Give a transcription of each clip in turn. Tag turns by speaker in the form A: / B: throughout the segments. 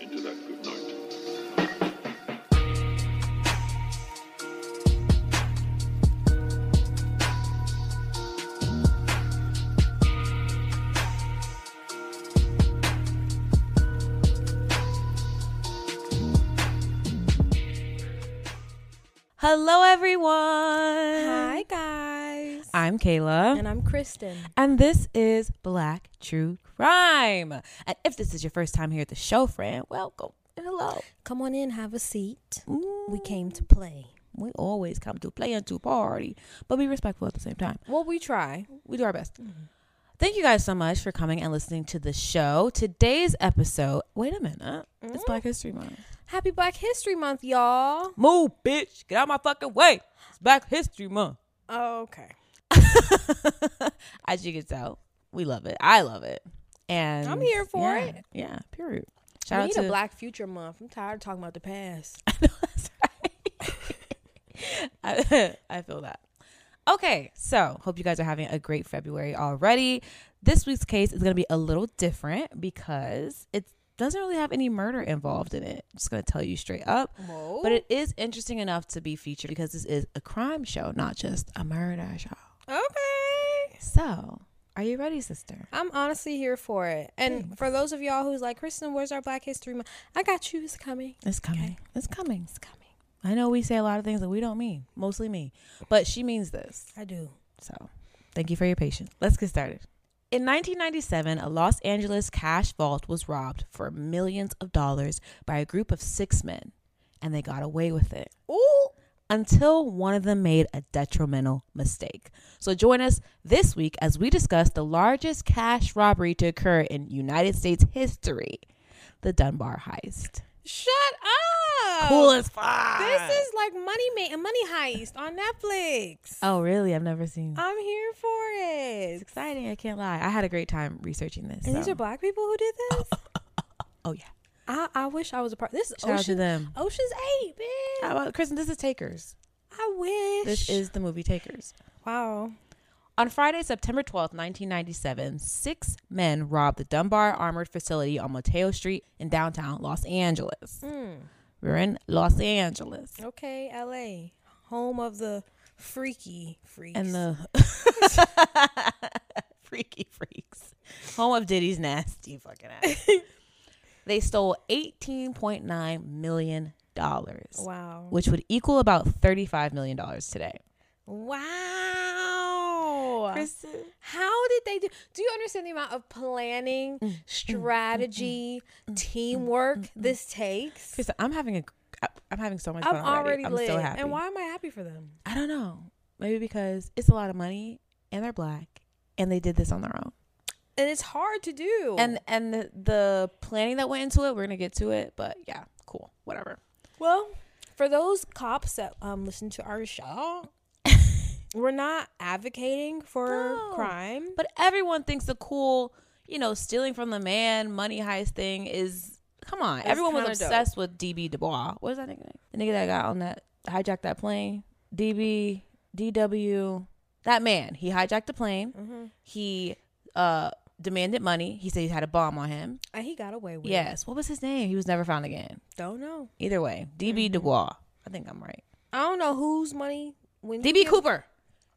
A: into that good night.
B: Hello, everyone.
C: Hi, guys.
B: I'm Kayla.
C: and I'm Kristen.
B: And this is Black True Crime. And if this is your first time here at the show, friend, welcome and hello.
C: Come on in, have a seat. We
B: Mm,
C: came to play.
B: We always come to play and to party, but be respectful at the same time.
C: Well, we try.
B: We do our best. Thank you guys so much for coming and listening to the show. Today's episode. Wait a minute. It's Black History Month.
C: Happy Black History Month, y'all.
B: Move, bitch. Get out my fucking way. It's Black History Month.
C: Oh, Okay.
B: As you can tell, we love it. I love it. And
C: I'm here for
B: yeah,
C: it.
B: Yeah, period.
C: we
B: Shout
C: need
B: out to
C: a Black Future Month. I'm tired of talking about the past.
B: I know that's right. I, I feel that. Okay, so hope you guys are having a great February already. This week's case is going to be a little different because it doesn't really have any murder involved in it. just going to tell you straight up.
C: Whoa.
B: But it is interesting enough to be featured because this is a crime show, not just a murder show.
C: okay.
B: So, are you ready, sister?
C: I'm honestly here for it. And for those of y'all who's like, Kristen, where's our Black History Month? I got you. It's coming.
B: It's coming. It's coming.
C: It's coming.
B: I know we say a lot of things that we don't mean, mostly me, but she means this.
C: I do.
B: So, thank you for your patience. Let's get started. In 1997, a Los Angeles cash vault was robbed for millions of dollars by a group of six men, and they got away with it. Ooh! Until one of them made a detrimental mistake. So, join us this week as we discuss the largest cash robbery to occur in United States history the Dunbar heist.
C: Shut up.
B: Cool as fuck!
C: This is like Money Ma- Money Heist on Netflix.
B: Oh, really? I've never seen.
C: I'm here for it.
B: It's exciting. I can't lie. I had a great time researching this.
C: And these
B: so-
C: are black people who did this.
B: oh, yeah.
C: I, I wish I was a part. This is
B: Shout out to
C: Ocean,
B: them.
C: Ocean's Eight, man.
B: How about Kristen? This is Takers.
C: I wish.
B: This is the movie Takers.
C: wow.
B: On Friday, September 12th, 1997, six men robbed the Dunbar Armored Facility on Mateo Street in downtown Los Angeles. We're in Los Angeles.
C: Okay, L.A., home of the freaky freaks.
B: And the freaky freaks. Home of Diddy's nasty fucking ass. they stole $18.9 million,
C: wow,
B: which would equal about $35 million today.
C: wow. How did they do? Do you understand the amount of planning,
B: Mm.
C: strategy, teamwork this takes?
B: Kristen, I'm having a I'm having so much
C: I'm
B: fun
C: already
B: already. oh I'm
C: lit,
B: so happy.
C: and why am I happy for them?
B: I don't know. Maybe because it's a lot of money and they're black and they did this on their own.
C: And it's hard to do.
B: And and the, the planning that went into it, we're gonna get to it. But yeah, cool, whatever.
C: Well, for those cops that um, listen to our show, we're not advocating for
B: No.
C: crime.
B: But everyone thinks the cool, you know, stealing from the man money heist thing is. Come on,
C: It's
B: everyone was
C: kinda dope.
B: obsessed with DB Dubois. What is that nigga? name? The nigga that got on that hijacked that plane, DB DW. That man, he hijacked the plane. He uh demanded money. He said he had a bomb on him.
C: And Uh, he got away with it.
B: Yes. What was his name? He was never found again.
C: Don't know.
B: Either way, DB Dubois. I think I'm right.
C: I don't know whose money when you
B: DB
C: give-
B: Cooper.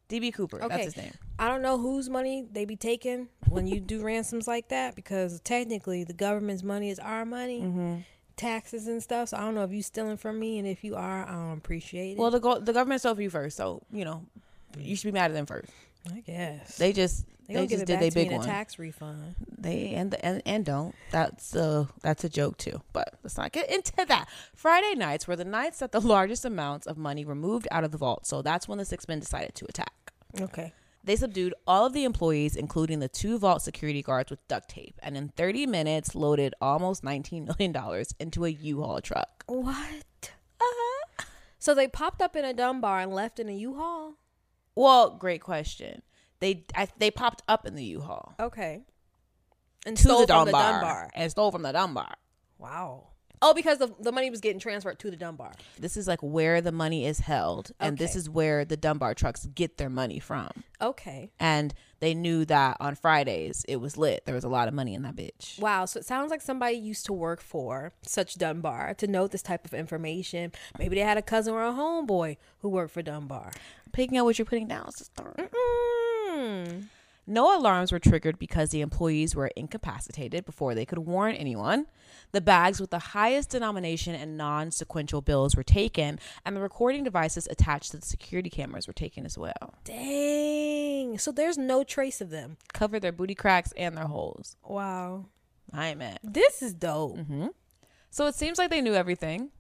B: DB Cooper. That's
C: Okay.
B: his name.
C: I don't know whose money they be taking when you do ransoms like that because technically the government's money is our money,
B: Mm-hmm.
C: taxes and stuff. So I don't know if you stealing from me, and if you are, I don't appreciate it.
B: Well, the go- the government stole from you first, so you know you should be mad at them first.
C: I guess
B: They just
C: they
B: they,
C: gonna give
B: just
C: it
B: did
C: back
B: their
C: to me
B: big
C: in
B: one.
C: a tax refund.
B: They and, the, and and don't. That's a that's a joke too. But let's not get into that. Friday nights were the nights that the largest amounts of money were moved out of the vault. So that's when the six men decided to attack.
C: Okay,
B: They subdued all of the employees, including the two vault security guards, with duct tape, and in 30 minutes, loaded almost $19 million into a U Haul truck.
C: what? Uh-huh. So they popped up in a Dunbar and left in a U-Haul.
B: Well, great question. They I, they popped up in the U Haul.
C: Okay. and
B: to
C: stole
B: the
C: from
B: Dunbar,
C: the Dunbar.
B: and stole from the Dunbar.
C: Wow. Oh, because the, the money was getting transferred to the Dunbar.
B: This is like where the money is held, and this
C: Okay.
B: is where the Dunbar trucks get their money from.
C: Okay.
B: And they knew that on Fridays it was lit. There was a lot of money in that bitch.
C: Wow. So it sounds like somebody used to work for such Dunbar to know this type of information. Maybe they had a cousin or a homeboy who worked for Dunbar.
B: Picking out what you're putting down, sister.
C: Mm.
B: No alarms were triggered because the employees were incapacitated before they could warn anyone. The bags with the highest denomination and non sequential bills were taken, and the recording devices attached to the security cameras were taken as well.
C: Dang. So there's no trace of them.
B: Cover their booty cracks and their holes.
C: Wow.
B: I meant.
C: This is dope.
B: So it seems like they knew everything.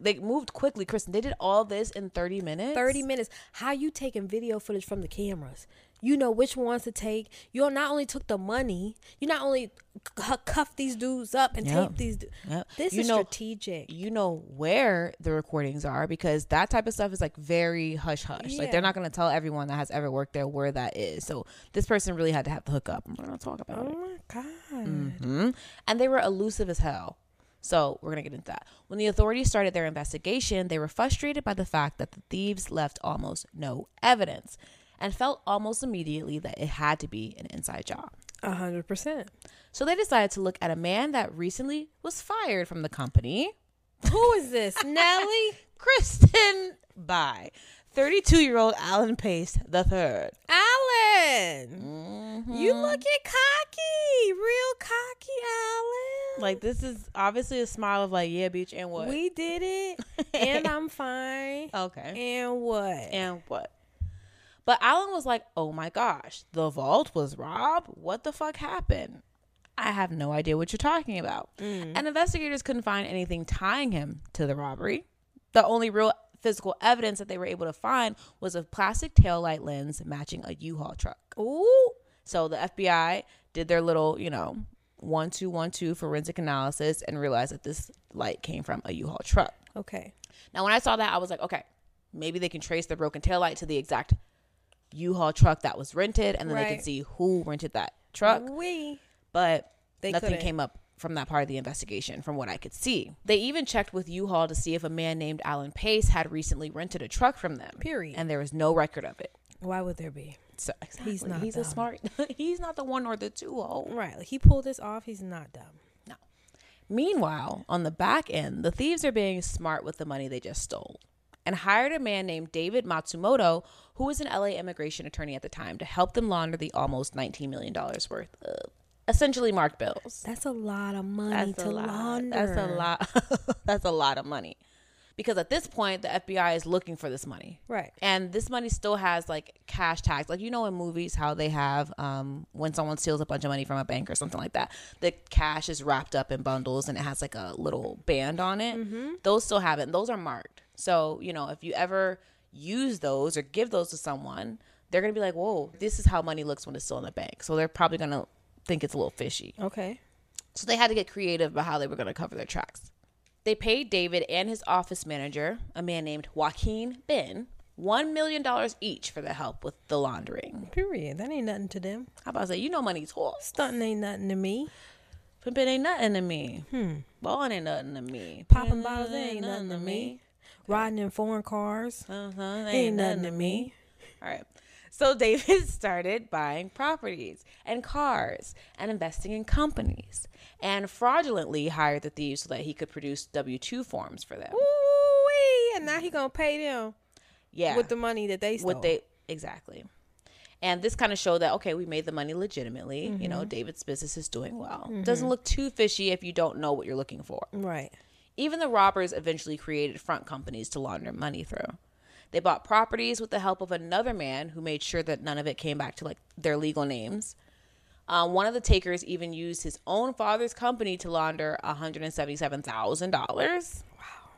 B: They moved quickly, Kristen. They did all this in 30 minutes.
C: 30 minutes. How you taking video footage from the cameras? You know which ones to take. You not only took the money, you not only cu- cuffed these dudes up and
B: Yeah.
C: taped these. Du-
B: Yep.
C: This
B: You
C: is
B: know-
C: strategic.
B: You know where the recordings are because that type of stuff is like very hush hush. Like
C: Yeah.
B: they're not going to tell everyone that has ever worked there where that is. So this person really had to have the hookup. I'm not going to talk about it.
C: Oh my god.
B: hmm And they were elusive as hell. So we're going to get into that. When the authorities started their investigation, they were frustrated by the fact that the thieves left almost no evidence and felt almost immediately that it had to be an inside job.
C: A hundred percent.
B: So they decided to look at a man that recently was fired from the company,
C: Who is this, Nelly?
B: Kristen by 32 year old Alan Pace Mm-hmm. III.
C: Alan. You looking cocky, real cocky, Alan.
B: Like, this is obviously a smile of, like, yeah, bitch, and what?
C: we did it, and I'm fine.
B: okay.
C: And what?
B: And what? But Alan was like, oh my gosh, the vault was robbed? What the fuck happened? I have no idea what you're talking about. And investigators couldn't find anything tying him to the robbery. The only real physical evidence that they were able to find was a plastic taillight lens matching a U-Haul truck.
C: Ooh.
B: So the FBI did their little, you know, one two one two forensic analysis and realized that this light came from a U-Haul truck.
C: Okay.
B: Now when I saw that, I was like, okay, maybe they can trace the broken taillight to the exact U-Haul truck that was rented, and then they
C: Right.
B: can see who rented that truck.
C: We.
B: But
C: They
B: nothing
C: couldn't.
B: came up from that part of the investigation, from what I could see. They even checked with U-Haul to see if a man named Alan Pace had recently rented a truck from them.
C: Period.
B: And there was no record of it.
C: Why would there be?
B: So exactly. he's
C: not
B: he's a
C: dumb.
B: smart. he's not the one or the two. Oh.
C: Right. Like he pulled this off. He's not dumb.
B: Meanwhile, on the back end, the thieves are being smart with the money they just stole and hired a man named David Matsumoto, who was an LA immigration attorney at the time, to help them launder the almost $19 million worth of essentially marked bills.
C: That's a lot of money to launder.
B: That's a lot. That's a lot of money. Because at this point, the FBI is looking for this money.
C: Right.
B: And this money still has like cash tags. Like, you know, in movies, how they have um, when someone steals a bunch of money from a bank or something like that, the cash is wrapped up in bundles and it has like a little band on it.
C: Mm-hmm.
B: Those still have it. And those are marked. So, you know, if you ever use those or give those to someone, they're going to be like, whoa, this is how money looks when it's still in the bank. So they're probably going to think it's a little fishy.
C: Okay.
B: So they had to get creative about how they were going to cover their tracks. They paid David and his office manager, a man named Joaquin Ben, $1 million each for the help with the laundering.
C: Period. That ain't nothing to them.
B: How about I say, you know money's horse.
C: Stunting ain't nothing to me.
B: Pimpin' ain't nothing to me. Hmm. Ballin' ain't nothing to me.
C: Popping bottles that ain't nothing to me. Riding in foreign cars
B: Uh-huh.
C: ain't nothing to me.
B: All right. So David started buying properties and cars and investing in companies and fraudulently hired the thieves so that he could produce W 2 forms for them.
C: Ooh And now he gonna pay them
B: Yeah.
C: with the money that they stole.
B: what they exactly and this kind of showed that okay we made the money legitimately you know david's business is doing well doesn't look too fishy if you don't know what you're looking for
C: right.
B: even the robbers eventually created front companies to launder money through they bought properties with the help of another man who made sure that none of it came back to like their legal names uh, one of the takers even used his own father's company to launder $177000 wow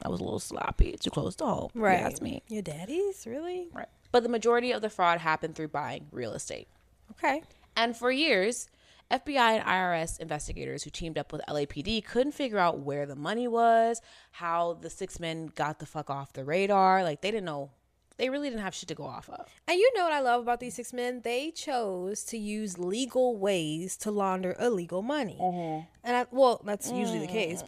B: that was a little sloppy too close to home
C: Right.
B: that's me
C: Your daddy's really
B: Right. But the majority of the fraud happened through buying real estate.
C: okay.
B: And for years, FBI and IRS investigators who teamed up with LAPD couldn't figure out where the money was, how the six men got the fuck off the radar. Like they didn't know They really didn't have shit to go off of.
C: And you know what I love about these six men? They chose to use legal ways to launder illegal money.
B: Mm-hmm.
C: And I, well, that's usually the case,
B: Mm.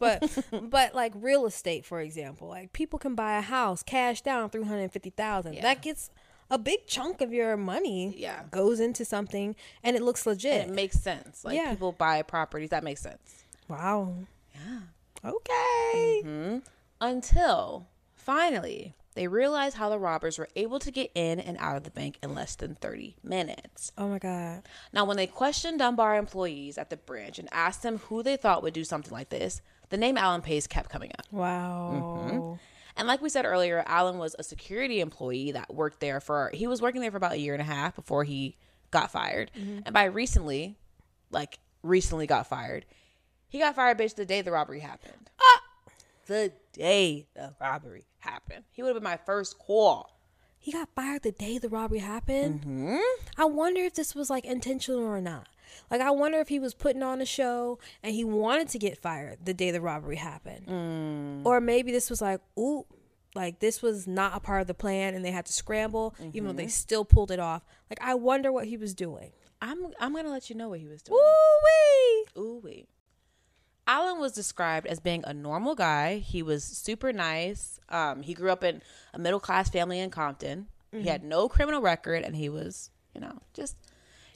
C: but but like real estate, for example, like people can buy a house cash down three hundred fifty thousand. That gets a big chunk of your money.
B: Yeah.
C: goes into something and it looks legit.
B: It makes sense. Like
C: Yeah.
B: people buy properties. That makes sense.
C: wow.
B: Yeah. Mm-hmm.
C: Okay.
B: Until finally they realized how the robbers were able to get in and out of the bank in less than 30 minutes.
C: Oh my god.
B: Now, when they questioned Dunbar employees at the branch and asked them who they thought would do something like this, the name Alan Pace kept coming up. Mm-hmm.
C: Wow.
B: And like we said earlier, Alan was a security employee that worked there for, he was working there for about a year and a half before he got fired. And by recently, like recently got fired, he got fired, bitch, the day the robbery happened. The day the robbery happened. He would have been my first call.
C: He got fired the day the robbery happened. Mm-hmm. I wonder if this was like intentional or not. Like, I wonder if he was putting on a show and he wanted to get fired the day the robbery happened. Or maybe this was like, ooh, like this was not a part of the plan and they had to scramble, even though they still pulled it off. Like, I wonder what he was doing.
B: I'm, I'm going to let you know what he was doing.
C: Ooh,
B: Ooh wee. Alan was described as being a normal guy. He was super nice. Um, he grew up in a middle class family in Compton. He had no criminal record, and he was, you know, just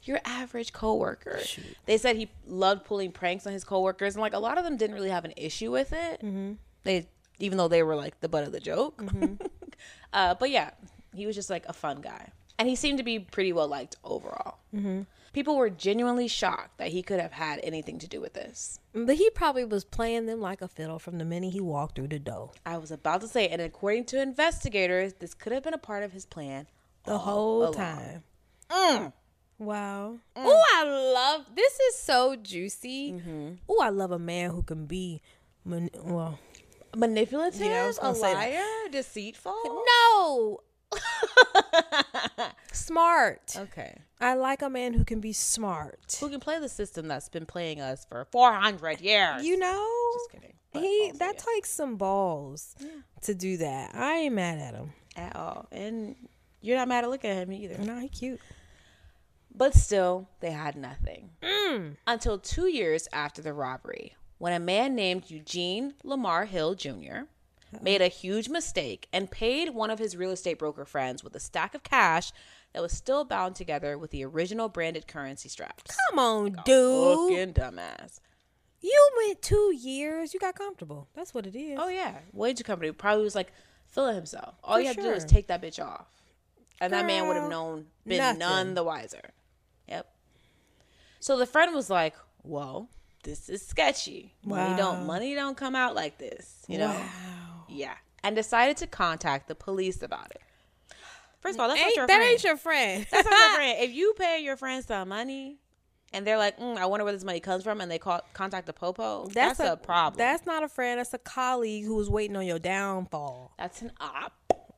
B: your average coworker. They said he loved pulling pranks on his coworkers, and like a lot of them didn't really have an issue with it. They, even though they were like the butt of the joke. uh, but yeah, he was just like a fun guy, and he seemed to be pretty well liked overall. People were genuinely shocked that he could have had anything to do with this.
C: wee. But he probably was playing them like a fiddle from the minute he walked through the door.
B: I was about to say, and according to investigators, this could have been a part of his plan.
C: the whole time. Wow.
B: Mm.
C: Oh, I love this. Is so juicy.
B: Mm-hmm.
C: Oh, I love a man who can be. Man- well,
B: Manipulative,
C: Yeah, I was
B: a
C: gonna say
B: liar,
C: that.
B: deceitful.
C: no. smart.
B: Okay.
C: I like a man who can be smart.
B: Who can play the system that's been playing us for 400 years?
C: You know.
B: Just kidding. But
C: He
B: also,
C: that takes some balls to do that. I ain't mad at him.
B: yeah, at all. And you're not mad at looking at him either.
C: No, he cute.
B: But still, they had nothing.
C: Mm.
B: Until two years after the robbery, when a man named Eugene Lamar Hill Jr. made a huge mistake and paid one of his real estate broker friends with a stack of cash that was still bound together with the original branded currency straps.
C: Come on, dude.
B: Fucking dumbass.
C: You went two years. You got comfortable. That's what it is.
B: Oh, yeah. Wager company probably was like filling himself. All
C: For
B: you have to do is
C: sure.
B: take that bitch off. And that man would
C: Girl,
B: have known, been
C: nothing.
B: none the wiser. Yep. So the friend was like, "Whoa, this is sketchy. Money don't money don't come out like this, you know." Yeah, and decided to contact the police about it. First of all, that's not your
C: that
B: friend.
C: ain't your friend.
B: that's not your friend. If you pay your friend some money, and they're like, mm, "I wonder where this money comes from," and they call contact the popo, that's, a, problem.
C: That's not a friend. That's a colleague who was waiting on your downfall.
B: that's an op.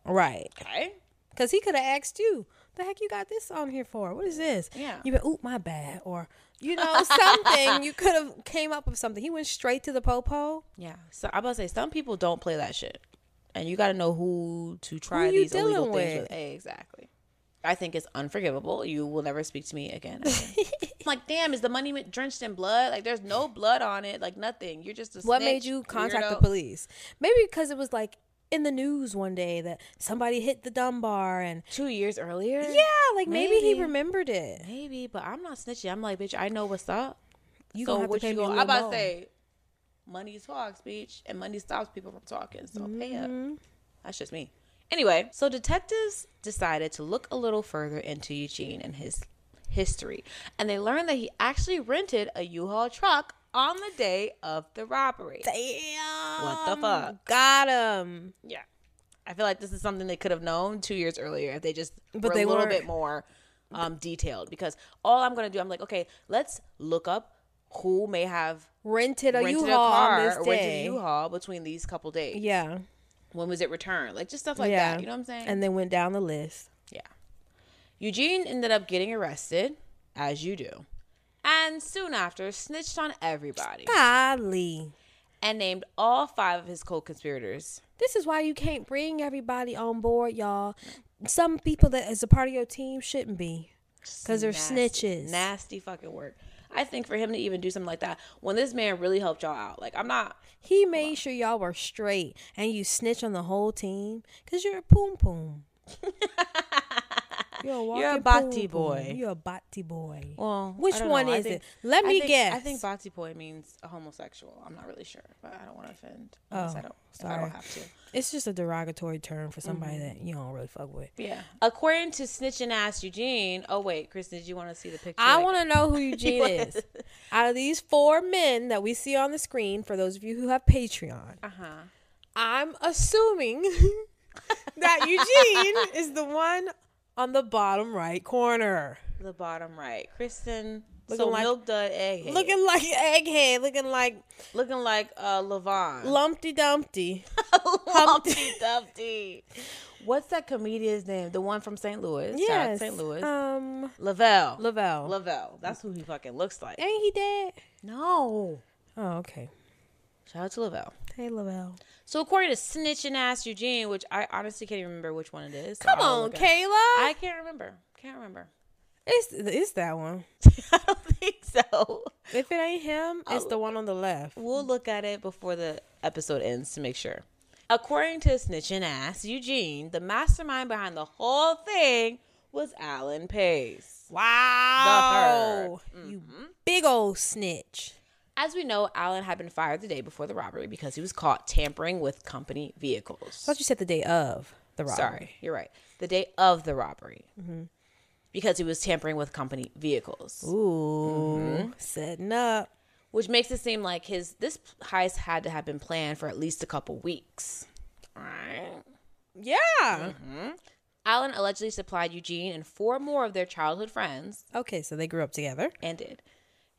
C: Right.
B: Okay.
C: Because he could have asked you, the heck you got this on here for? What is this?
B: Yeah.
C: You've been, oop, my bad. Or, you know, something. you could have came up with something. He went straight to the popo.
B: Yeah. So I'm about to say some people don't play that shit, and you got to know who to try
C: you
B: these illegal
C: dealing
B: things
C: with?
B: with. Exactly. I think it's unforgivable. You will never speak to me again. I'm like, damn, is the money mi- drenched in blood? Like, there's no blood on it. Like, nothing. You're just a
C: What
B: snitch,
C: made you contact the
B: weirdo.
C: police? Maybe because it was like in the news one day that somebody hit the Dunbar and,
B: two years earlier?
C: yeah, like maybe, he
B: Maybe.
C: remembered it.
B: maybe. But I'm not snitchy. I'm like, bitch, I know what's up.
C: You
B: so
C: gonna have
B: what
C: to pay
B: you
C: me a
B: going? I'm
C: little more.
B: about to say, money talks, bitch, and money stops people from talking. So pay up. That's just me. Anyway, Mm-hmm. so detectives decided to look a little further into Eugene and his history, and they learned that he actually rented a U-Haul truck on the day of the robbery.
C: Damn.
B: What the fuck?
C: Got him.
B: Yeah, I feel like this is something they could have known two years earlier if they just
C: But
B: were
C: they
B: a little
C: weren't.
B: bit more um, detailed. Because all I'm gonna do, I'm like, okay, let's look up who may have
C: Rented a
B: rented
C: U-Haul
B: a car
C: on this
B: or rented
C: day.
B: a U-Haul between these couple days.
C: Yeah.
B: When was it returned? Like just stuff like
C: yeah.
B: that. You know what I'm saying?
C: And then went down the list.
B: yeah. Eugene ended up getting arrested, as you do, and soon after snitched on everybody
C: Golly.
B: and named all five of his co-conspirators.
C: This is why you can't bring everybody on board, y'all. some people that is a part of your team shouldn't be because they're
B: Nasty-
C: snitches.
B: Nasty fucking work. I think for him to even do something like that, when this man really helped y'all out, like I'm not.
C: He made sure y'all were straight and you snitch on the whole team because you're a poom poom. you're a, walking
B: bati
C: poom poom.
B: boy.
C: You're a bati boy.
B: Well,
C: Which
B: I don't
C: one
B: know. I
C: is
B: think-
C: it? Let
B: I
C: me
B: think-
C: guess.
B: I think Batipoy means a homosexual. I'm not really sure, but I don't want to offend. Unless I don't, if I
C: Oh, sorry.
B: don't have to.
C: it's just a derogatory term for somebody that you don't really fuck with.
B: Yeah. According to snitching ass Eugene. Oh wait, Kristen, did you want to see the picture?
C: I want to know who Eugene is. Out of these four men that we see on the screen, for those of you who have Patreon,
B: Uh huh.
C: I'm assuming that Eugene is the one on the bottom right corner.
B: The bottom right, Kristen.
C: Looking
B: so
C: like-
B: milk dud egghead.
C: Looking like egghead, looking like
B: looking like uh, Levon.
C: Lumpty Dumpty.
B: Humpty Dumpty. What's that comedian's name? The one from St. Louis. Shout out to
C: Yes.
B: St. Louis.
C: Um,
B: Uh, Lavelle.
C: Lavelle.
B: Lavelle. That's who he fucking looks like.
C: Ain't he dead?
B: Eh, No.
C: Oh, okay.
B: Shout out to Lavelle.
C: Hey, Lavelle.
B: So according to snitching ass Eugene, which I honestly can't even remember which one it is. so
C: Come
B: I'll
C: on,
B: look it up.
C: Kayla.
B: I can't remember. Can't remember.
C: it's it's that one.
B: I don't think so.
C: If it ain't him, it's the one on the left.
B: We'll look at it before the episode ends to make sure. According to snitching ass Eugene, the mastermind behind the whole thing was Alan Pace.
C: Wow. You big old snitch.
B: As we know, Allen had been fired the day before the robbery because he was caught tampering with company vehicles.
C: thought you said the day of the robbery. Mm-hmm.
B: Sorry, you're right. The day of the robbery. Because he was tampering with company vehicles,
C: Ooh. Setting up.
B: which makes it seem like his this heist had to have been planned for at least a couple weeks. Right.
C: Yeah. Mm-hmm.
B: Allen allegedly supplied Eugene and four more of their childhood friends
C: Okay, so they grew up together.
B: and did.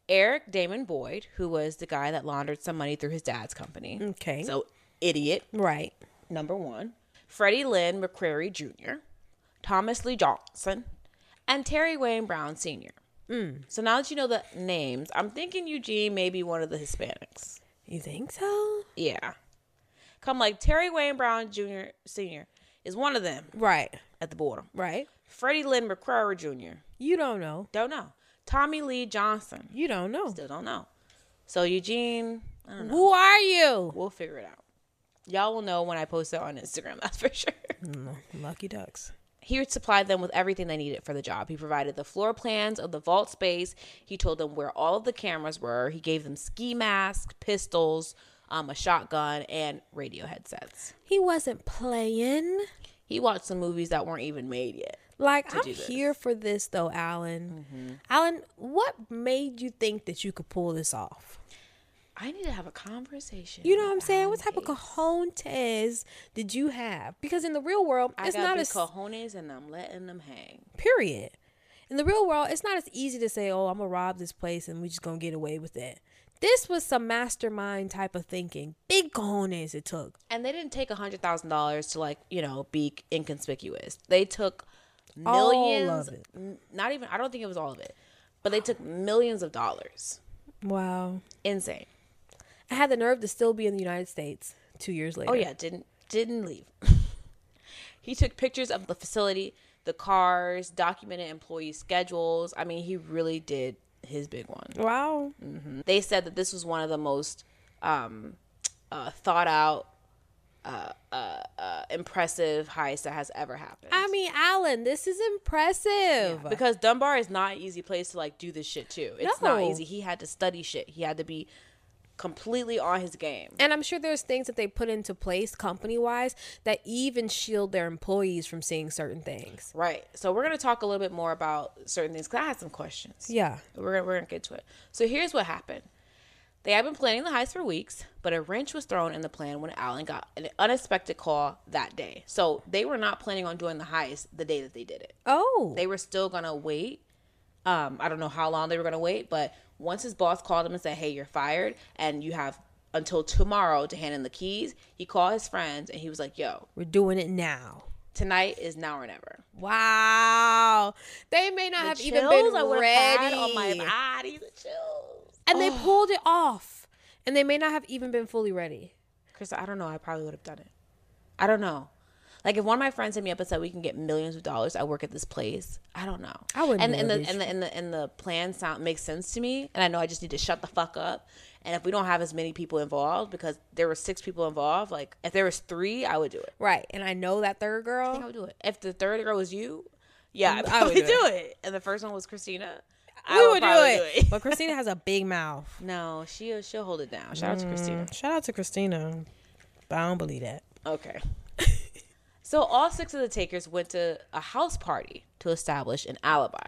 B: Eric Damon Boyd, who was the guy that laundered some money through his dad's company.
C: Okay.
B: So, idiot.
C: Right.
B: number one, Freddie Lynn McCrary Jr., Thomas Lee Johnson, and Terry Wayne Brown Sr. So now that you know the names, I'm thinking Eugene may be one of the Hispanics.
C: You think so?
B: Yeah. Come like Terry Wayne Brown Jr. Sr. is one of them
C: Right.
B: at the bottom.
C: Right.
B: Freddie Lynn McCrary Jr.
C: You don't know.
B: Don't know. Tommy Lee Johnson.
C: You don't know.
B: Still don't know. So Eugene, I don't know.
C: Who are you?
B: We'll figure it out. Y'all will know when I post it on Instagram, that's for sure.
C: Lucky ducks.
B: He supplied them with everything they needed for the job. He provided the floor plans of the vault space. He told them where all of the cameras were. He gave them ski masks, pistols, um, a shotgun, and radio headsets.
C: He wasn't playing.
B: He watched some movies that weren't even made yet.
C: Like I'm
B: do this.
C: here for this Mm-hmm. though, Alan. Alan, what made you think that you could pull this off?
B: I need to have a conversation.
C: You know what I'm
B: with
C: saying?
B: Alan
C: What type of
B: Pace.
C: cojones did you have? Because in the real world,
B: I
C: it's
B: got
C: not
B: big
C: as
B: cojones, and I'm letting them hang.
C: period. In the real world, it's not as easy to say, "Oh, I'm gonna rob this place and we just gonna get away with it." This was some mastermind type of thinking. Big cojones it took.
B: And they didn't take a hundred thousand dollars to like you know be inconspicuous. They took
C: All of
B: millions.
C: it.
B: n- Not even. I don't think it was all of it, but they took millions of dollars.
C: Wow.
B: Insane.
C: I had the nerve to still be in the United States two years later.
B: Oh yeah, didn't didn't leave. he took pictures of the facility, the cars, documented employee schedules. I mean, he really did his big one.
C: Wow.
B: They said that this was one of the most um, uh, thought out, uh, uh, uh, impressive heists that has ever happened.
C: I mean, Alan, this is impressive.
B: because Dunbar is not an easy place to like do this shit too. It's not
C: No.
B: easy. He had to study shit. He had to be completely on his game.
C: and I'm sure there's things that they put into place company wise that even shield their employees from seeing certain things.
B: Right. So we're gonna talk a little bit more about certain things. Cause I had some questions.
C: Yeah.
B: We're gonna, we're gonna get to it. So here's what happened. They had been planning the heist for weeks, but a wrench was thrown in the plan when Allen got an unexpected call that day. So they were not planning on doing the heist the day that they did it.
C: Oh.
B: They were still gonna wait. Um, I don't know how long they were gonna wait, but once his boss called him and said, "Hey, you're fired, and you have until tomorrow to hand in the keys," he called his friends and he was like, "Yo,
C: We're doing it now.
B: tonight is now or never."
C: Wow. They may not have even
B: chills
C: been
B: I would've had
C: ready.
B: on my body. The chills.
C: and they pulled it off. And they may not have even been fully ready.
B: Chris, I don't know. I probably would have done it. I don't know. Like if one of my friends hit me up and said we can get millions of dollars, I work at this place. I don't know.
C: I wouldn't
B: And
C: know
B: and the,
C: these
B: and the and the and the plan sound makes sense to me, and I know I just need to shut the fuck up. And if we don't have as many people involved, because there were six people involved, like if there was three, I would do it.
C: Right. And I know that third
B: I
C: girl.
B: would do it. If the third girl was you, yeah, I,
C: would
B: probably
C: do
B: do,
C: it.
B: it. And the first one was Christina. I would, probably do it.
C: but Christina has a big mouth.
B: no, she she'll hold it down. Shout out to Christina.
C: Shout out to Christina. But I don't believe that.
B: Okay. so all six of the takers went to a house party to establish an alibi.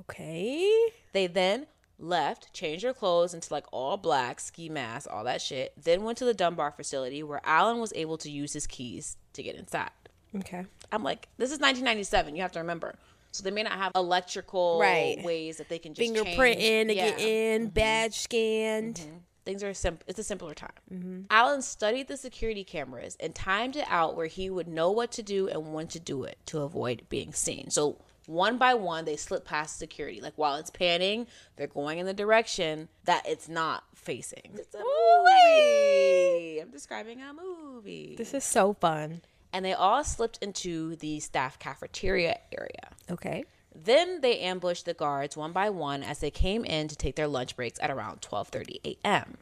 C: Okay.
B: They then left, changed their clothes into like all black, ski mask, all that shit, then went to the Dunbar facility where Alan was able to use his keys to get inside.
C: Okay.
B: I'm like, this is 1997. You have to remember. So they may not have electrical
C: Right.
B: ways that they can just
C: Fingerprint in
B: change.
C: to get
B: Yeah.
C: in, badge scanned.
B: Things are simple. It's a simpler time. Alan studied the security cameras and timed it out where he would know what to do and when to do it to avoid being seen. So one by one, they slip past security. Like while it's panning, they're going in the direction that it's not facing. It's a movie. I'm describing a movie.
C: This is so fun.
B: and they all slipped into the staff cafeteria area.
C: Okay.
B: Then they ambushed the guards one by one as they came in to take their lunch breaks at around 12:30 a.m.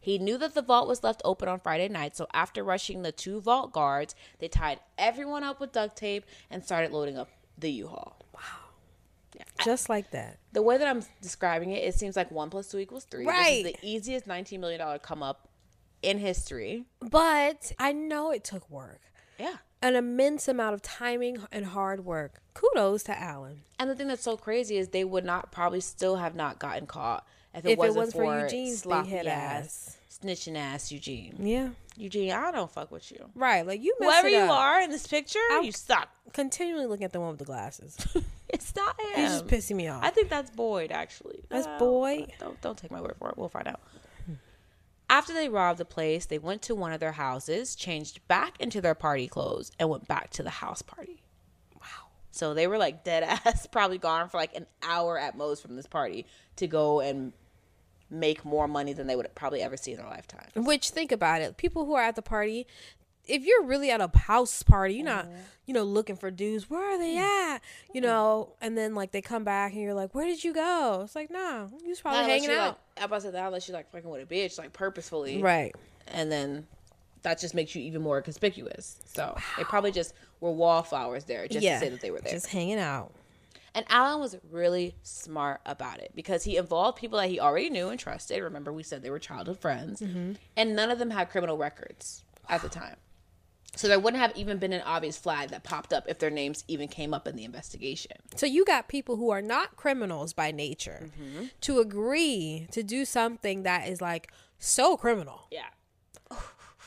B: He knew that the vault was left open on Friday night, so after rushing the two vault guards, they tied everyone up with duct tape and started loading up the U-Haul.
C: Just like that.
B: The way that I'm describing it, it seems like one plus two equals three.
C: Right.
B: This is the easiest $19 million come up in history.
C: But I know it took work.
B: Yeah.
C: An immense amount of timing and hard work. Kudos to Alan.
B: And the thing that's so crazy is they would not probably still have not gotten caught if it,
C: If it
B: wasn't,
C: wasn't for
B: for,
C: Eugene's big
B: sloppy
C: head
B: ass, snitching ass Eugene.
C: Yeah.
B: Eugene, I don't fuck with you.
C: Right. Like you messed
B: Whoever
C: it
B: you
C: up.
B: are in this picture, you suck.
C: Continually looking at the one with the glasses.
B: It's not him.
C: He's just pissing me off.
B: Um, I think that's Boyd, actually. Uh,
C: That's Boyd?
B: Don't don't take my word for it. We'll find out. After they robbed the place, they went to one of their houses, changed back into their party clothes, and went back to the house party. Wow. So they were like dead ass, probably gone for like an hour at most from this party to go and make more money than they would probably ever see in their lifetime.
C: Which think about it, people who are at the party, if you're really at a house party, you're
B: Uh-huh.
C: not, you know, looking for dudes. Where are they
B: Hmm.
C: at? You know, and then like they come back and you're like, where did you go? It's like, nah, you was probably
B: Not unless
C: hanging
B: you're,
C: out.
B: Like, I'm about to say that unless you're like fucking with a bitch, like purposefully.
C: right.
B: and then that just makes you even more conspicuous. So they probably just were wallflowers there just
C: yeah.
B: to say that they were there.
C: Just hanging out.
B: and Alan was really smart about it because he involved people that he already knew and trusted. Remember, we said they were childhood friends, and none of them had criminal records at the time. So there wouldn't have even been an obvious flag that popped up if their names even came up in the investigation.
C: So you got people who are not criminals by nature
B: Mm-hmm.
C: to agree to do something that is like so criminal.
B: Yeah.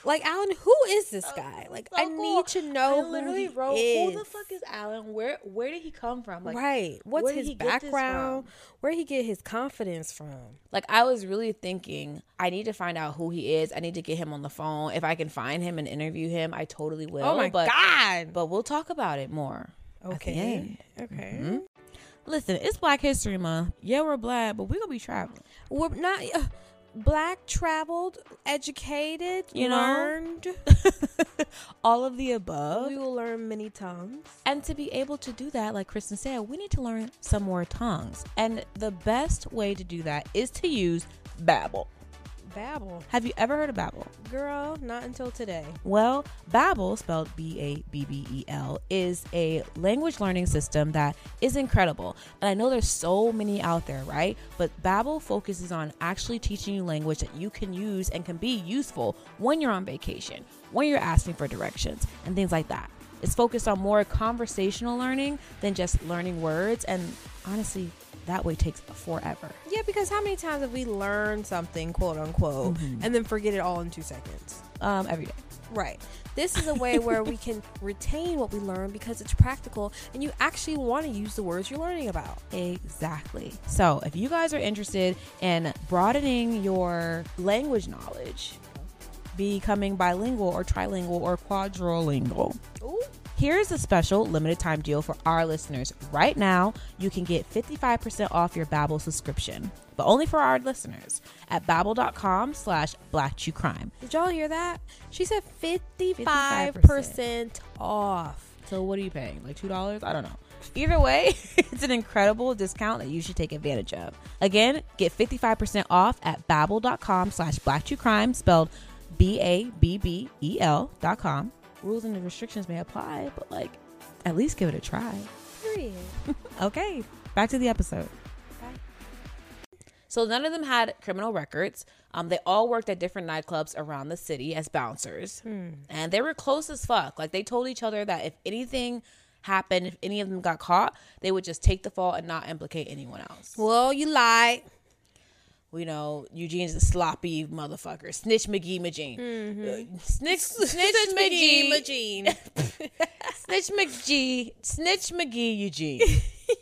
C: Like Alan, who is this guy? Like I need to know.
B: Uh, oh, I literally
C: who he
B: wrote,
C: is.
B: "Who the fuck is Alan? Where where did he come from? Like,
C: right. What's
B: where did
C: his
B: he get this
C: background?
B: from?
C: Where he get his confidence from?
B: Like I was really thinking, I need to find out who he is. I need to get him on the phone. If I can find him and interview him, I totally will.
C: Oh my
B: but,
C: god.
B: But we'll talk about it more. at the end.
C: Okay.
B: Mm-hmm. Listen, it's Black History Month. Yeah, we're black, but we're gonna be traveling.
C: We're not uh, black, traveled, educated,
B: You know?
C: learned.
B: All of the above.
C: we will learn many tongues.
B: And to be able to do that, like Kristen said, we need to learn some more tongues. And the best way to do that is to use Babbel.
C: Babble.
B: Have you ever heard of Babbel?
C: Girl, not until today.
B: Well, Babbel, spelled B-A-B-B-E-L, E is a language learning system that is incredible. And I know there's so many out there, right? But Babbel focuses on actually teaching you language that you can use and can be useful when you're on vacation, when you're asking for directions, and things like that. It's focused on more conversational learning than just learning words, and honestly, that way takes forever.
C: Yeah, because how many times have we learned something, quote unquote, and then forget it all in two seconds?
B: Um, every day.
C: Mm-hmm. Right. This is a way where we can retain what we learn because it's practical and you actually want to use the words you're learning about.
B: Exactly. So, if you guys are interested in broadening your language knowledge, becoming bilingual or trilingual or quadrilingual,
C: Ooh.
B: here's a special limited time deal for our listeners. Right now, you can get 55% off your Babbel subscription. but only for our listeners at babbel.com slash black Jew crime.
C: Did y'all hear that? She said 55%
B: 55%.
C: off.
B: So what are you paying? Like two dollars? I don't know. Either way, it's an incredible discount that you should take advantage of. Again, get 55% off at babbel.com slash black Jew crime spelled B-A-B-B-E-L E dot com. Rules and restrictions may apply, but like at least give it a try.
C: Period.
B: Okay, back to the episode. So none of them had criminal records. Um, they all worked at different nightclubs around the city as bouncers, and they were close as fuck. Like they told each other that if anything happened, if any of them got caught, they would just take the fall and not implicate anyone else.
C: Well, you lied.
B: We know Eugene's a sloppy motherfucker. Snitch McGee McGee. Snitch, snitch McGee McGee.
C: Majine.
B: Snitch McGee, Snitch McGee Eugene.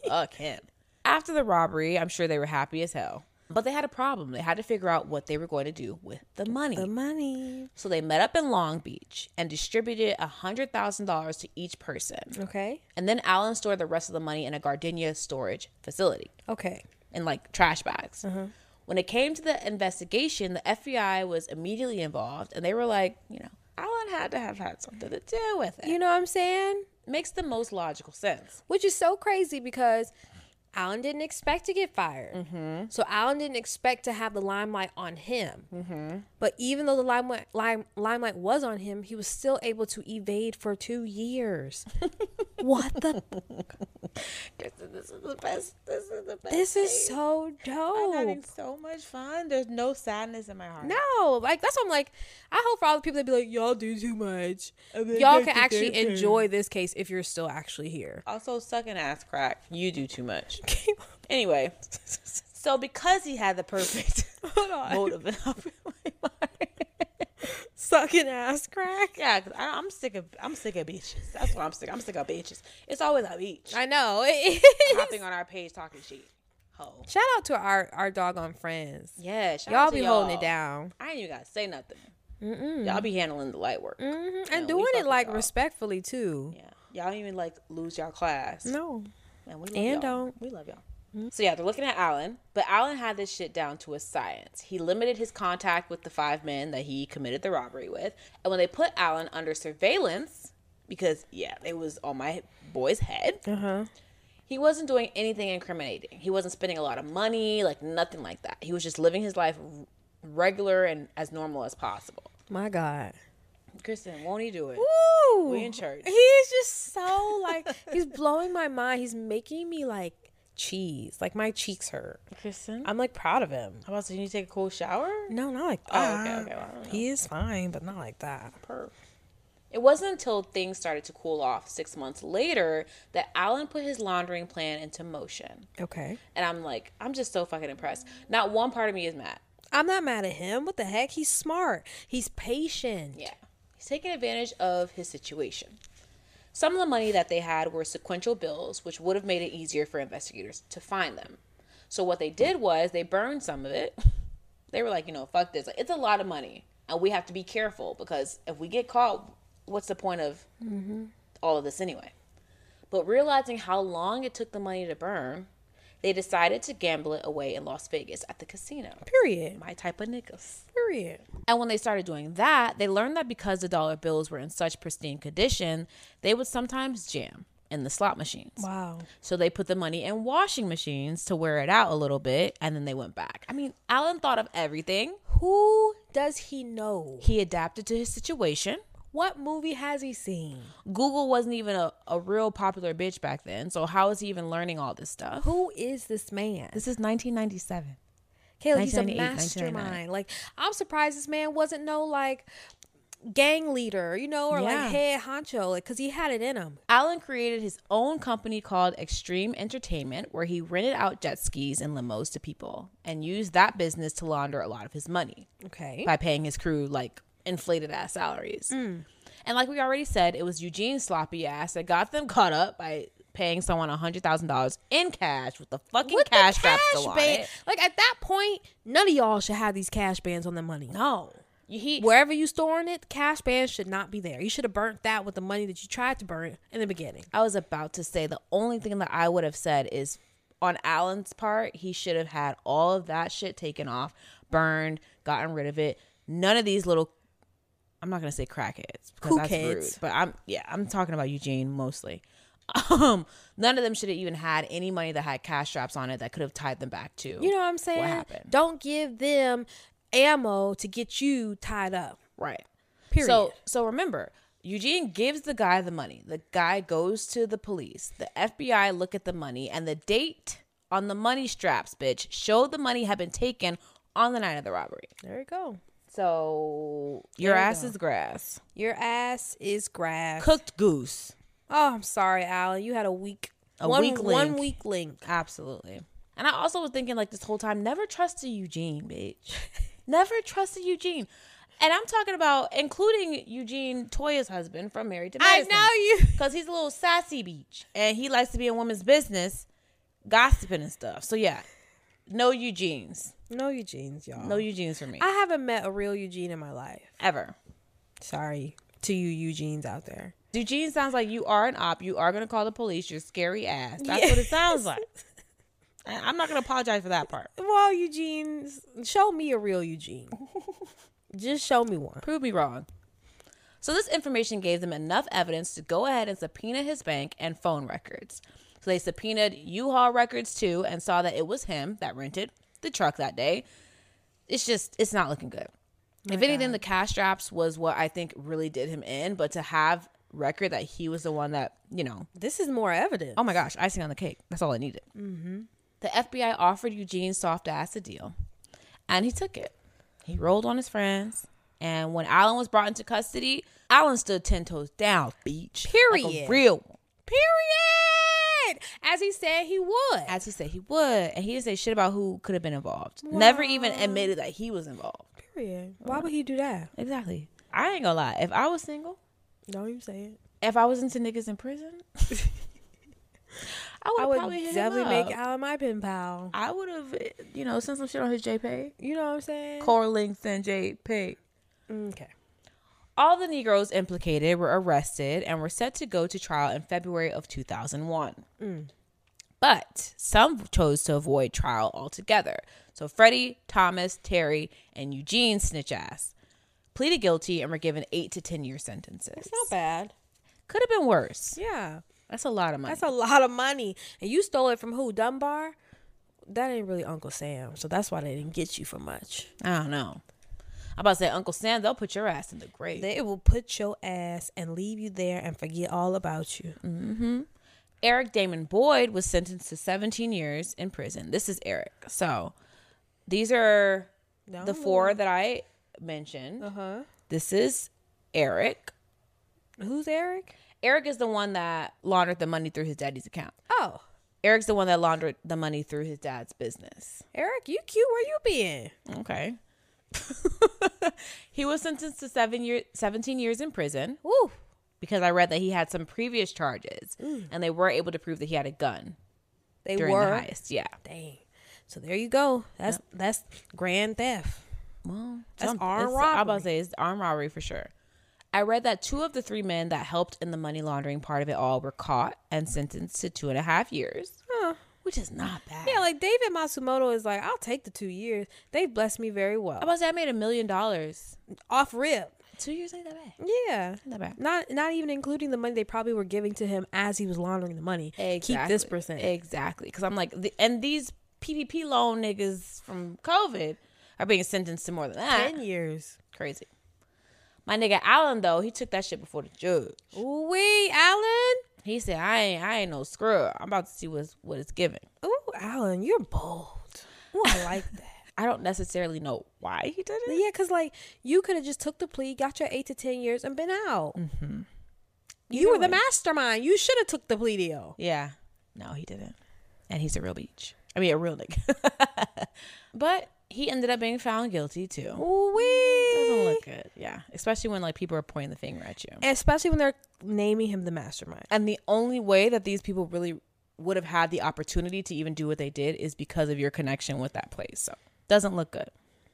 B: Fuck him. After the robbery, I'm sure they were happy as hell. But they had a problem. They had to figure out what they were going to do with the money.
C: The money.
B: so they met up in Long Beach and distributed $100,000 to each person.
C: Okay.
B: And then Allen stored the rest of the money in a Gardenia storage facility
C: Okay.
B: in like trash bags.
C: Mm-hmm.
B: When it came to the investigation, the FBI was immediately involved and they were like, you know, Allen had to have had something to do with it.
C: You know what I'm saying?
B: Makes the most logical sense.
C: Which is so crazy because Allen didn't expect to get fired. So Allen didn't expect to have the limelight on him. But even though the limelight, lime, limelight was on him, he was still able to evade for two years. what the?
B: This is the best. This is the best.
C: This is so
B: I'm
C: dope.
B: having so much fun. There's no sadness in my heart.
C: No, like that's what I'm like. I hope for all the people that be like, y'all do too much. Y'all can actually enjoy this case if you're still actually here.
B: Also, sucking ass crack. You do too much. anyway, so because he had the perfect
C: Hold on.
B: motive,
C: Sucking ass crack.
B: yeah, because I'm sick of I'm sick of bitches. That's what I'm sick. I'm sick of bitches. It's always a beach
C: I know.
B: hopping on our page talking shit. Ho.
C: Shout out to our our doggone friends.
B: Yeah, shout out
C: Y'all
B: to
C: be holding it down
B: I ain't even gotta say nothing. Y'all be handling the light work. Yeah, we
C: and doing
B: fuck
C: it
B: with
C: like
B: y'all.
C: respectfully too.
B: Yeah, y'all don't even like lose y'all class.
C: No,
B: And we love
C: And
B: y'all.
C: don't. Mm-hmm.
B: We love y'all. So yeah, they're looking at Alan, but Alan had this shit down to a science. He limited his contact with the five men that he committed the robbery with, and when they put Alan under surveillance, because yeah, it was on my boy's head.
C: Uh-huh.
B: He wasn't doing anything incriminating. He wasn't spending a lot of money, like nothing like that. He was just living his life r- regular and as normal as possible.
C: my God.
B: Kristen, won't he do it?
C: Woo!
B: We in church.
C: He's just so like he's blowing my mind. He's making me like cheese. Like my cheeks hurt.
B: Kristen,
C: I'm like proud of him.
B: I'm about to. You need to take a cool shower.
C: No, not like
B: Oh,
C: that.
B: okay, okay. Well, I don't know.
C: He is fine, but not like that.
B: It wasn't until things started to cool off six months later that Allen put his laundering plan into motion.
C: Okay.
B: And I'm like, I'm just so fucking impressed. Not one part of me is mad.
C: I'm not mad at him. What the heck? He's smart. He's patient.
B: Yeah. He's taking advantage of his situation. Some of the money that they had were sequential bills, which would have made it easier for investigators to find them. So what they did was they burned some of it. They were like, you know, fuck this. Like, it's a lot of money. And we have to be careful because if we get caught, what's the point of all of this anyway? But realizing how long it took the money to burn, they decided to gamble it away in Las Vegas at the casino.
C: Period.
B: My type of niggas.
C: Period.
B: And when they started doing that, they learned that because the dollar bills were in such pristine condition, they would sometimes jam in the slot machines.
C: Wow.
B: So they put the money in washing machines to wear it out a little bit, and then they went back. I mean, Alan thought of everything.
C: Who does he know?
B: He adapted to his situation.
C: What movie has he seen?
B: Google wasn't even a, a real popular bitch back then, so how is he even learning all this stuff?
C: Who is this man?
B: This is 1997.
C: Kayla, he's a
B: 1998, 1999.
C: mastermind. Like, I'm surprised this man wasn't no like gang leader, you know, or
B: Yeah.
C: like head honcho, like because he had it in him.
B: Allen created his own company called Extreme Entertainment, where he rented out jet skis and limos to people and used that business to launder a lot of his money
C: Okay.
B: by paying his crew like inflated ass salaries.
C: Mm.
B: And like we already said, it was Eugene's sloppy ass that got them caught up by paying someone $100,000 in cash with the fucking
C: With the
B: cash wrap still on
C: ban-
B: it.
C: Like at that point, none of y'all should have these cash bands on the money.
B: No. He,
C: Wherever you storing it, cash bands should not be there. You should have burnt that with the money that you tried to burn in the beginning.
B: I was about to say the only thing that I would have said is on Alan's part, he should have had all of that shit taken off, burned, gotten rid of it. None of these little I'm not gonna say crackheads because
C: Cool
B: that's
C: kids.
B: rude. But I'm yeah, I'm talking about Eugene mostly. Um, none of them should have even had any money that had cash straps on it that could have tied them back to
C: You know what I'm saying?
B: happened.
C: Don't give them ammo to get you tied up.
B: Right.
C: Period.
B: So so remember, Eugene gives the guy the money. The guy goes to the police. The FBI look at the money and the date on the money straps, bitch, showed the money had been taken on the night of the robbery.
C: There you go.
B: So your ass is grass.
C: Your ass is grass.
B: Cooked goose.
C: Oh, I'm sorry, Alan. You had a weak
B: A
C: one,
B: weak
C: one
B: link.
C: weak link.
B: Absolutely. And I also was thinking like this whole time, never trusted Eugene, bitch. never trusted Eugene. And I'm talking about including Eugene Toya's husband from Married to Madison.
C: you.
B: because he's a little sassy beach and he likes to be in women's business, gossiping and stuff. So yeah, no Eugenes,
C: No Eugene's, y'all.
B: no Eugenes for me
C: Oh. I haven't met a real Eugene in my life.
B: ever.
C: Sorry to you Eugenes out there.
B: Eugene sounds like you are an op. You are gonna call the police. You're scary ass. That's what it sounds like. And I'm not gonna apologize for that part.
C: Well, Eugene's, show me a real Eugene. Just show me one.
B: Prove me wrong. So this information gave them enough evidence to go ahead and subpoena his bank and phone records. So they subpoenaed U-Haul records too and saw that it was him that rented the truck that day. It's just it's not looking good. if anything, the cash straps was what I think really did him in, but to have record that he was the one that, you know,
C: This is more evidence.
B: oh my gosh, icing on the cake. That's all I needed. Mm-hmm. The FBI offered Eugene soft ass a deal, and he took it. He rolled on his friends, and when Allen was brought into custody, Allen stood ten toes down, beach. like a
C: Period.
B: real one,
C: Period. As he said he would.
B: as he said he would, and he didn't say shit about who could have been involved. Never even admitted that he was involved.
C: Period. Why would he do that?
B: Exactly. I ain't gonna lie. If I was single,
C: Don't even say it.
B: if I was into niggas in prison, I
C: I
B: would
C: would
B: probably hit him
C: definitely
B: up.
C: make Alan my pen pal.
B: I would have, eh, you know, sent some shit on his JPay.
C: You know what I'm saying? Mm,
B: Core links and JPay.
C: Okay.
B: All the Negroes implicated were arrested and were set to go to trial in February of 2001. But some chose to avoid trial altogether. So Freddie, Thomas, Terry, and Eugene snitch ass pleaded guilty and were given eight to 10 year sentences.
C: Not bad.
B: Could have been worse.
C: Yeah.
B: That's a lot of money.
C: That's a lot of money. And you stole it from who? Dunbar? That ain't really Uncle Sam. So that's why they didn't get you for much.
B: I don't know. I'm about to say, Uncle Sam, they'll put your ass in the grave.
C: They will put your ass and leave you there and forget all about you.
B: Eric Damon Boyd was sentenced to 17 years in prison. This is Eric. So these are the four that I mentioned.
C: Huh?
B: This is Eric.
C: Who's Eric?
B: Eric is the one that laundered the money through his daddy's account.
C: Oh,
B: Eric's the one that laundered the money through his dad's business.
C: Eric, you cute. Where you been?
B: Okay. he was sentenced to seven year, 17 years in prison
C: Woo. Mm.
B: because I read that he had some previous charges and they were able to prove that he had a gun
C: They
B: during
C: were.
B: the heist. Yeah.
C: Dang. So there you go. That's that's grand theft.
B: Well,
C: That's
B: some-
C: armed
B: it's- I'm about
C: robbery.
B: to say it's armed robbery for sure. I read that two of the three men that helped in the money laundering part of it all were caught and sentenced to two and a half years,
C: Huh.
B: which is not bad.
C: Yeah, like David Matsumoto is like, I'll take the two years. They blessed me very well.
B: I'm about to say I made a million dollars.
C: Off rip.
B: Two years ain't that bad.
C: Yeah.
B: Not bad.
C: Not not even including the money they probably were giving to him as he was laundering the money. Keep this percent.
B: Exactly. Because I'm like, the, and these PPP loan niggas from COVID are being sentenced to more than that.
C: Ten years.
B: Crazy. My nigga Allen, though, he took that shit before the judge.
C: Ooh wee, Alan.
B: He said, I ain't, I ain't no scrub. I'm about to see what's, what it's giving.
C: Ooh, Alan, you're bold. Ooh, I like that.
B: I don't necessarily know why he did it.
C: yeah, cause like you could have just took the plea, got your eight to ten years, and been out.
B: Mm-hmm.
C: You were the mastermind. You should have took the plea deal.
B: Yeah. No, he didn't. And he's a real beach. I mean, a real nigga. but he ended up being found guilty too.
C: Ooh wee.
B: Oh, Doesn't look good. Yeah. Especially when like people are pointing the finger at you.
C: Especially when they're naming him the mastermind.
B: And the only way that these people really would have had the opportunity to even do what they did is because of your connection with that place. So doesn't look good.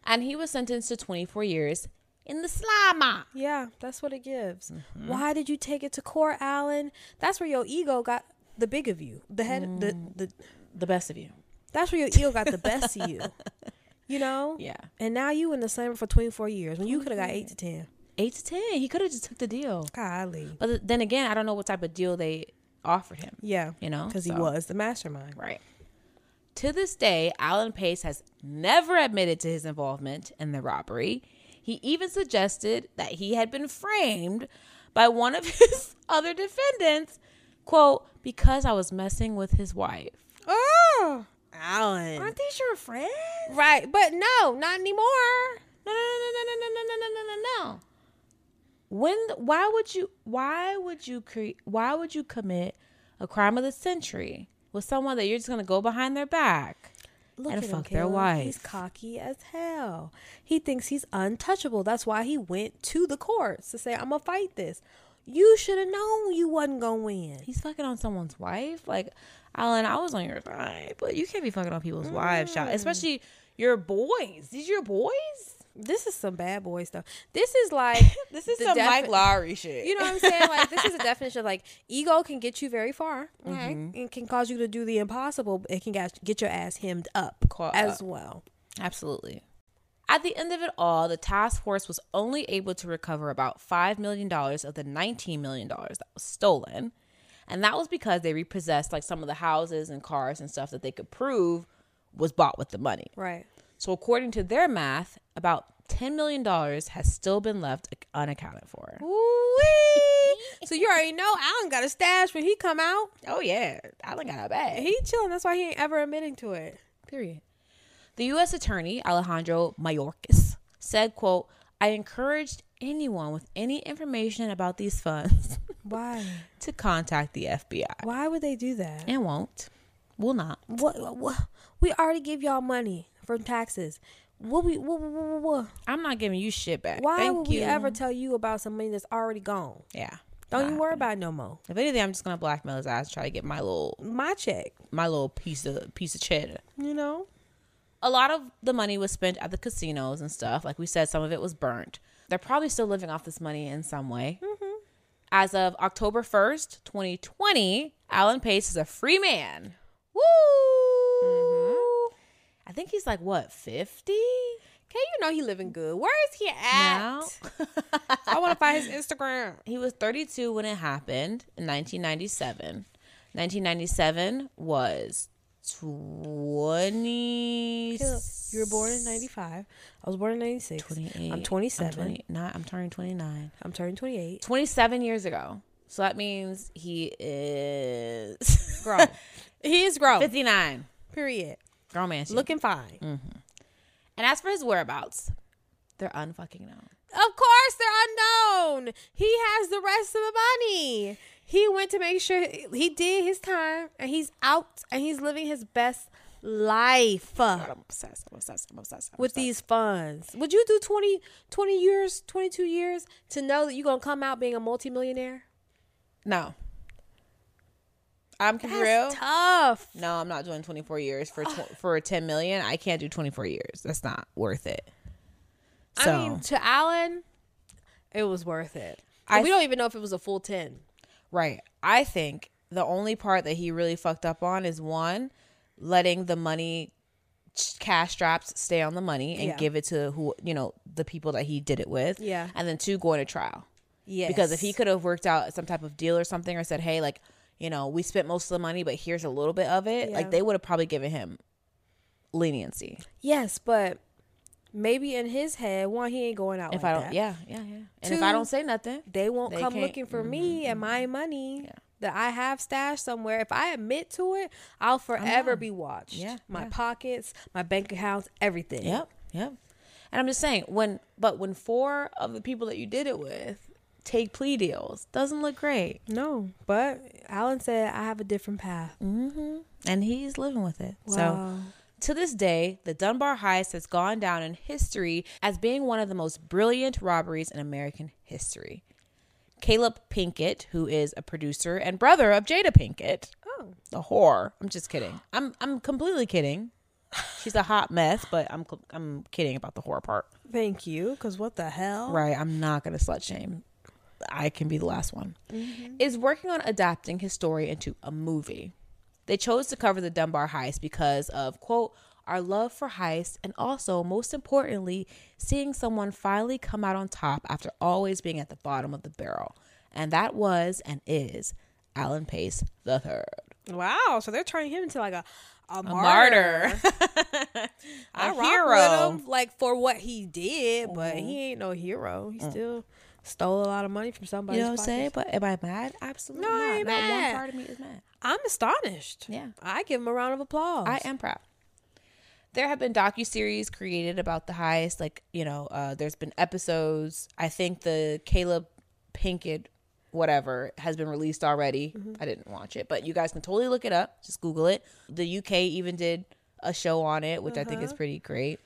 B: And he was sentenced to 24 years in the slima.
C: Yeah, that's what it gives.
B: Mm-hmm.
C: Why did you
B: Mm.
C: take it to court, Alan? That's where your ego got the big of you. The head, the the
B: the best of you.
C: That's where your ego got the best of you. You know?
B: Yeah.
C: And now you in the slammer for 24 years when you could have got 8 to 10.
B: Eight to ten. He could have just took the deal.
C: Golly.
B: But then again, I don't know what type of deal they offered him.
C: Yeah.
B: You know,
C: Because
B: so.
C: he was the mastermind.
B: Right. To this day, Alan Pace has never admitted to his involvement in the robbery. He even suggested that he had been framed by one of his other defendants, quote, because I was messing with his wife.
C: Oh, Alan.
B: Aren't these your friends?
C: Right. But no, not anymore.
B: No, no, no, no, no, no, no, no, no, no, no. When? Why would you? Why would you create? Why would you commit a crime of the century with someone that you're just gonna go behind their back?
C: Look
B: And
C: at him,
B: fuck their
C: Caleb. He's
B: wife.
C: cocky as hell. He thinks he's untouchable. That's why he went to the courts to say, I'm going to fight this. You should have known you wasn't going to win.
B: He's fucking on someone's wife. Like, Alan, I was on your side, but you can't be fucking on people's wives, y'all. Especially your boys. These your boys.
C: This is some bad boy stuff. This is like this is
B: some Mike Lowry shit.
C: You know what I'm saying? Like this is a definition of like ego can get you very far. Right?
B: Mm-hmm.
C: It can cause you to do the impossible. but It can get get your ass hemmed up
B: Caught
C: as
B: up.
C: well.
B: Absolutely. At the end of it all, the task force was only able to recover about $5 million of the $19 million that was stolen. And that was because they repossessed like some of the houses and cars and stuff that they could prove was bought with the money.
C: Right.
B: So, according to their math, about $10 million has still been left unaccounted for.
C: Ooh-wee. so you already know Alan got a stash when he come out.
B: Oh, yeah. Alan got a bag.
C: He chilling. That's why he ain't ever admitting to it.
B: Period. The U.S. Attorney Alejandro Mayorkas said, "quote I encouraged anyone with any information about these funds
C: Why?
B: to contact the FBI,
C: Why would they do that?
B: and won't, will not.
C: What, what, what? We already give y'all money from taxes. What we what, what, what, what?
B: I'm not giving you shit back.
C: Why
B: Thank
C: would
B: you.
C: we ever tell you about some money that's already gone?
B: Yeah.
C: Don't
B: Nah.
C: you worry about it no more.
B: If anything, I'm just gonna blackmail his ass, try to get my little
C: My check,
B: my little piece of piece of cheddar."
C: you know.
B: a lot of the money was spent at the casinos and stuff. Like we said, some of it was burnt. They're probably still living off this money in some way. As of October 1st, 2020, Alan Pace is a free man. Mm-hmm.
C: Woo!
B: I think he's like, what, 50?
C: Okay, you know he living good. Where is he at?
B: Now?
C: I want to find his Instagram.
B: he was 32 when it happened in 1997. 1997 was 20.
C: You were born in '95. I was born in '96.
B: 28.
C: I'm 27. I'm,
B: I'm, 29, I'm turning 29.
C: turning 28.
B: 27 years ago. So that means he is
C: Grown. he is grown.
B: 59.
C: Period.
B: Grown man. shit.
C: Looking fine.
B: And as for his whereabouts, they're unfucking known.
C: Of course, they're unknown. He has the rest of the money. He went to make sure he did his time, and he's out, and he's living his best life.
B: obsessed. I'm obsessed. I'm obsessed.
C: with these funds. Would you do 20, 20 years, 22 years to know that you're going to come out being a multimillionaire?
B: No. I'm
C: That's
B: for real.
C: tough.
B: no, I'm not doing 24 years for tw- for 10 million. I can't do 24 years. That's not worth it. So
C: I mean, to Alan, it was worth it.
B: I
C: And we don't even know if it was a full 10.
B: Right. I think the only part that he really fucked up on is one, letting the money ch- cash straps stay on the money and
C: Yeah.
B: give it to who you know the people that he did it with.
C: Yeah.
B: And then two, going to trial.
C: Yeah.
B: Because if he could have worked out some type of deal or something or said, Hey, like, you know, we spent most of the money, but here's a little bit of it,
C: Yeah.
B: like they would have probably given him leniency.
C: Yes, but maybe in his head, one, he ain't going out
B: If
C: like
B: I don't
C: that.
B: yeah, yeah, yeah. And if I
C: Oh, Two-
B: don't say nothing,
C: They Mm-hmm, won't
B: They
C: come
B: can't-
C: looking for me and my money that I have stashed somewhere. If I admit to it, I'll forever be watched.
B: Yeah,
C: My
B: yeah.
C: pockets, my bank accounts, everything.
B: Yep, yep. And I'm just saying, when but when four of the people that you did it with take plea deals, doesn't look great.
C: No, but Alan said I have a different path.
B: And he's living with it.
C: Wow.
B: So to this day, the Dunbar heist has gone down in history as being one of the most brilliant robberies in American history. Caleb Pinkett, who is a producer and brother of Jada Pinkett,
C: Oh,
B: the whore. I'm just kidding. I'm I'm completely kidding. She's a hot mess, but I'm I'm kidding about the whore part.
C: thank you. Cause what the hell?
B: Right. I'm not going to slut shame. Mm-hmm. I can be the last one. Is working on adapting his story into a movie. They chose to cover the Dunbar heist because of, quote, our love for heist, and also, most importantly, seeing someone finally come out on top after always being at the bottom of the barrel. And that was and is Alan Pace the third.
C: Wow. So they're turning him into like a a,
B: A martyr.
C: I
B: a
C: rock
B: hero.
C: with him, like for what he did, but he ain't no hero. He still stole a lot of money from somebody.
B: You know what I'm saying? But am I mad? Absolutely
C: No, I
B: not.
C: ain't
B: Not
C: mad.
B: one part of me is mad.
C: I'm astonished.
B: Yeah.
C: I give him a round of applause.
B: I am proud. There have been docu series created about the heist, like you know, uh, there's been episodes. I think the Caleb Pinkett, whatever, has been released already. I didn't watch it, but you guys can totally look it up. Just Google it. The UK even did a show on it, which I think is pretty great.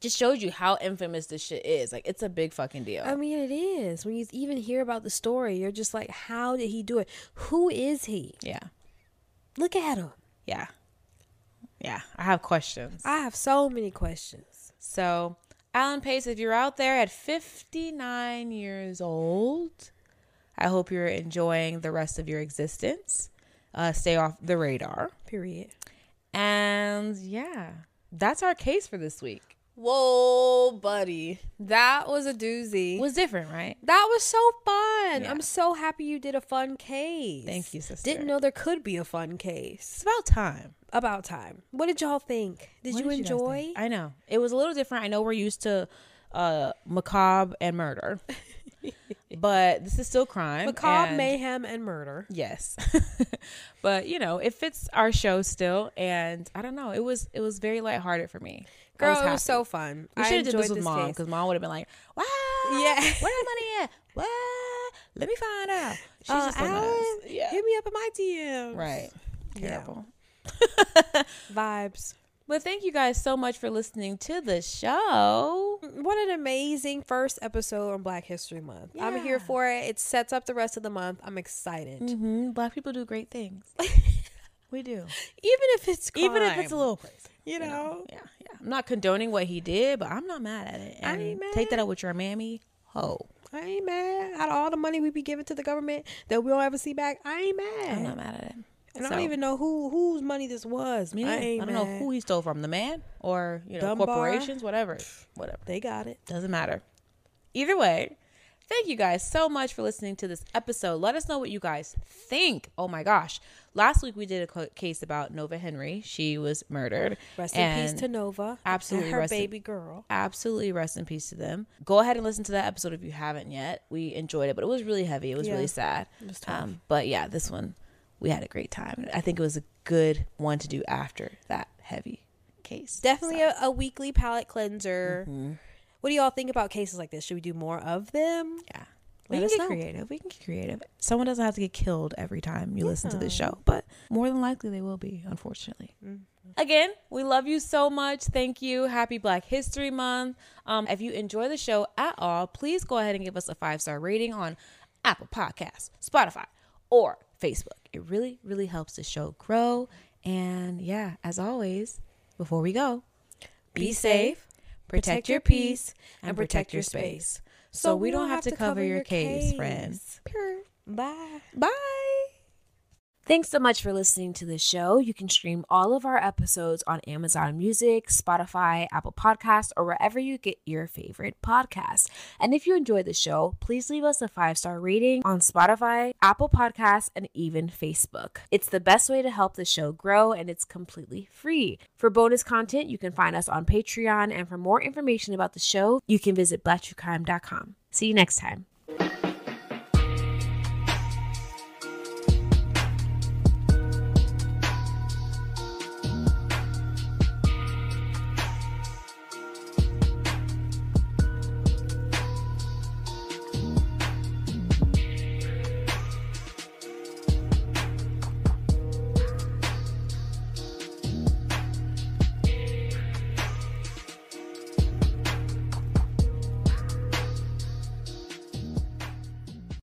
B: Just shows you how infamous this shit is. Like it's a big fucking deal.
C: I mean, it is. When you even hear about the story, you're just like, how did he do it? Who is he?
B: yeah,
C: Look at him.
B: yeah, yeah. I have questions.
C: I have so many questions.
B: So, Alan Pace, if you're out there at 59 years old, I hope you're enjoying the rest of your existence. Uh, stay off the radar.
C: Period.
B: And yeah, that's our case for this week.
C: Whoa, buddy. That was a doozy.
B: It was different, right?
C: that was so fun.
B: Yeah.
C: I'm so happy you did a fun case.
B: Thank you, sister.
C: Didn't know there could be a fun case.
B: It's about time.
C: About time. What did y'all think? Did
B: What
C: you
B: guys think?
C: enjoy?
B: I know. It was a little different. I know we're used to uh, macabre and murder, but this is still crime.
C: Macabre
B: and-
C: mayhem and murder.
B: Yes. but you know, it fits our show still and I don't know, it was it was very lighthearted for me. I
C: Girl, it was
B: happy.
C: so fun.
B: we
C: I
B: should have did
C: enjoyed
B: this with mom
C: case.
B: because mom would have been like, "Wow,
C: Yeah.
B: where the money at? What? Let me find out." She's
C: Uh,
B: just so nice.
C: Alan,
B: yeah,
C: hit me up in my DM.
B: right,
C: Yeah.
B: terrible.
C: Vibes.
B: But thank you guys so much for listening to the show.
C: What an amazing first episode on Black History Month. I'm here
B: Yeah.
C: for it. It sets up the rest of the month. I'm excited.
B: Mm-hmm. Black people do great things. we do,
C: Even if it's crime,
B: even if it's a little crazy.
C: you know.
B: Yeah, yeah. I'm not condoning what he did, but I'm not mad at it.
C: I
B: And
C: ain't
B: Take that up with your mammy. Ho.
C: I ain't mad. Out of all the money we be giving to the government that we don't ever see back, I ain't mad.
B: I'm not mad at it.
C: and I
B: so-
C: don't even know who whose money this was.
B: Me
C: I
B: neither. I,
C: ain't
B: don't know who he stole from, the man or you know
C: Dunbar.
B: corporations, whatever, whatever.
C: They got it.
B: Doesn't matter. Either way, thank you guys so much for listening to this episode. Let us know what you guys think. Oh my gosh! Last week we did a co- case about Nova Henry. She was murdered.
C: Rest in
B: And
C: peace to Nova.
B: absolutely
C: And her
B: rest in-
C: baby girl.
B: Absolutely, rest in peace to them. Go ahead and listen to that episode if you haven't yet. We enjoyed it, but it was really heavy. It was
C: Yeah.
B: really sad.
C: was tough.
B: Um, but yeah, this one we had a great time. I think it was a good one to do after that heavy case.
C: Definitely a, a weekly palate cleanser.
B: Mm-hmm.
C: What do y'all think about cases like this? Should we do more of them?
B: Yeah.
C: Let
B: We can
C: us
B: get
C: know.
B: creative. We can get creative. Someone doesn't have to get killed every time you listen to the show, but more than likely they will be, unfortunately. Mm. Again, we love you so much. Thank you. Happy Black History Month. Um, if you enjoy the show at all, please go ahead and give us a five star rating on Apple Podcasts, Spotify, or Facebook. It really, really helps the show grow. And yeah, as always, before we go, be, safe, protect, your peace, and protect your space. So we don't have to cover your case, friend.
C: Purr. Bye.
B: Bye.
D: Thanks so much for listening to the show. You can stream all of our episodes on Amazon Music, Spotify, Apple Podcasts, or wherever you get your favorite podcasts. And if you enjoy the show, please leave us a five star rating on Spotify, Apple Podcasts, and even Facebook. It's the best way to help the show grow, and it's completely free. For bonus content, you can find us on Patreon. And for more information about the show, you can visit blacktruecrime.com. See you next time.